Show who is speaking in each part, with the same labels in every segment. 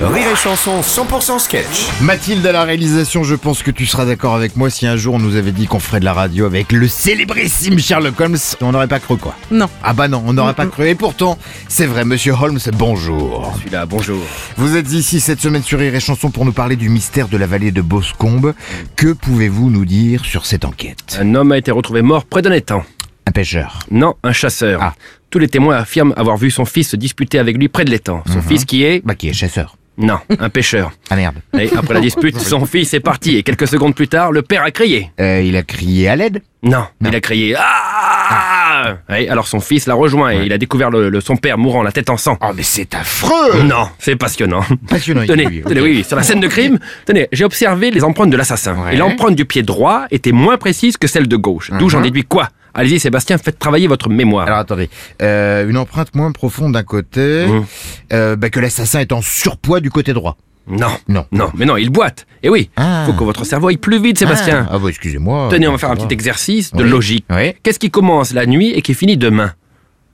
Speaker 1: Rire et Chanson 100% sketch.
Speaker 2: Mathilde à la réalisation, je pense que tu seras d'accord avec moi si un jour on nous avait dit qu'on ferait de la radio avec le célébrissime Sherlock Holmes, on n'aurait pas cru quoi.
Speaker 3: Non.
Speaker 2: Ah bah non, on n'aurait pas cru. Et pourtant, c'est vrai, monsieur Holmes, bonjour.
Speaker 4: suis là, bonjour.
Speaker 2: Vous êtes ici cette semaine sur Rire et Chanson pour nous parler du mystère de la vallée de Boscombe. Que pouvez-vous nous dire sur cette enquête
Speaker 4: Un homme a été retrouvé mort près d'un étang.
Speaker 2: Un pêcheur.
Speaker 4: Non, un chasseur.
Speaker 2: Ah.
Speaker 4: Tous les témoins affirment avoir vu son fils se disputer avec lui près de l'étang. Son fils qui est...
Speaker 2: Bah qui est chasseur.
Speaker 4: Non, un pêcheur.
Speaker 2: Ah merde.
Speaker 4: Et après la dispute, son fils est parti et quelques secondes plus tard, le père a crié.
Speaker 2: Euh, il a crié à l'aide
Speaker 4: Non, il a crié... Ah Ouais, alors son fils l'a rejoint et il a découvert le, le- son père mourant, la tête en sang.
Speaker 2: Oh mais c'est affreux
Speaker 4: Non, c'est passionnant.
Speaker 2: Passionnant. il
Speaker 4: Tenez,
Speaker 2: dit, ok.
Speaker 4: tenez, oui, oui, sur la scène de crime, tenez, j'ai observé les empreintes de l'assassin.
Speaker 2: Ouais.
Speaker 4: Et l'empreinte du pied droit était moins précise que celle de gauche. D'où j'en déduis quoi Allez-y, Sébastien, faites travailler votre mémoire.
Speaker 2: Mhm. Alors attendez, Euh, une empreinte moins profonde d'un côté,
Speaker 4: Mmh.
Speaker 2: euh, bah, que l'assassin est en surpoids du côté droit.
Speaker 4: Non.
Speaker 2: Non.
Speaker 4: Non, mais non, il boite. Et oui,
Speaker 2: Ah.
Speaker 4: faut que votre cerveau aille plus vite, Sébastien.
Speaker 2: Ah, ah bah, excusez-moi.
Speaker 4: Tenez, on va faire un
Speaker 2: Ça
Speaker 4: petit exercice de
Speaker 2: Oui.
Speaker 4: logique.
Speaker 2: Oui.
Speaker 4: Qu'est-ce qui commence la nuit et qui finit demain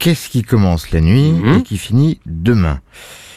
Speaker 2: Qu'est-ce qui commence la nuit
Speaker 4: Mhm.
Speaker 2: et qui finit demain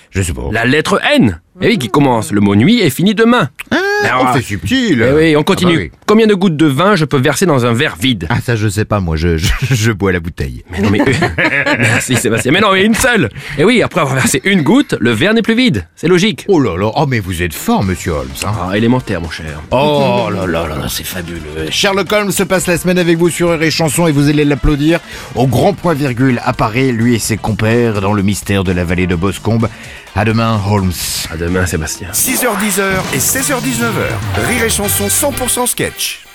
Speaker 2: Je sais pas.
Speaker 4: La lettre N. Et oui, qui commence le mot nuit et finit demain.
Speaker 2: Ah,
Speaker 4: Alors,
Speaker 2: oh, c'est subtil.
Speaker 4: Eh oui, on continue.
Speaker 2: Ah, bah oui.
Speaker 4: Combien de gouttes de vin je peux verser dans un verre vide
Speaker 2: Ah, ça je sais pas moi, je, je, je bois la bouteille.
Speaker 4: Mais non, mais. Merci, Sébastien. Mais non, mais une seule Et oui, après avoir versé une goutte, le verre n'est plus vide. C'est logique.
Speaker 2: Oh là là, oh mais vous êtes fort monsieur Holmes. hein.
Speaker 4: Ah, élémentaire, mon cher.
Speaker 2: Oh là là là là, c'est fabuleux. Sherlock Holmes se passe la semaine avec vous sur Rire et Chanson et vous allez l'applaudir. Au grand point virgule apparaît lui et ses compères dans le mystère de la vallée de Boscombe. À demain Holmes.
Speaker 4: À demain, Sébastien.
Speaker 1: 6h10 et 16h19h. Rire et Chanson 100% sketch.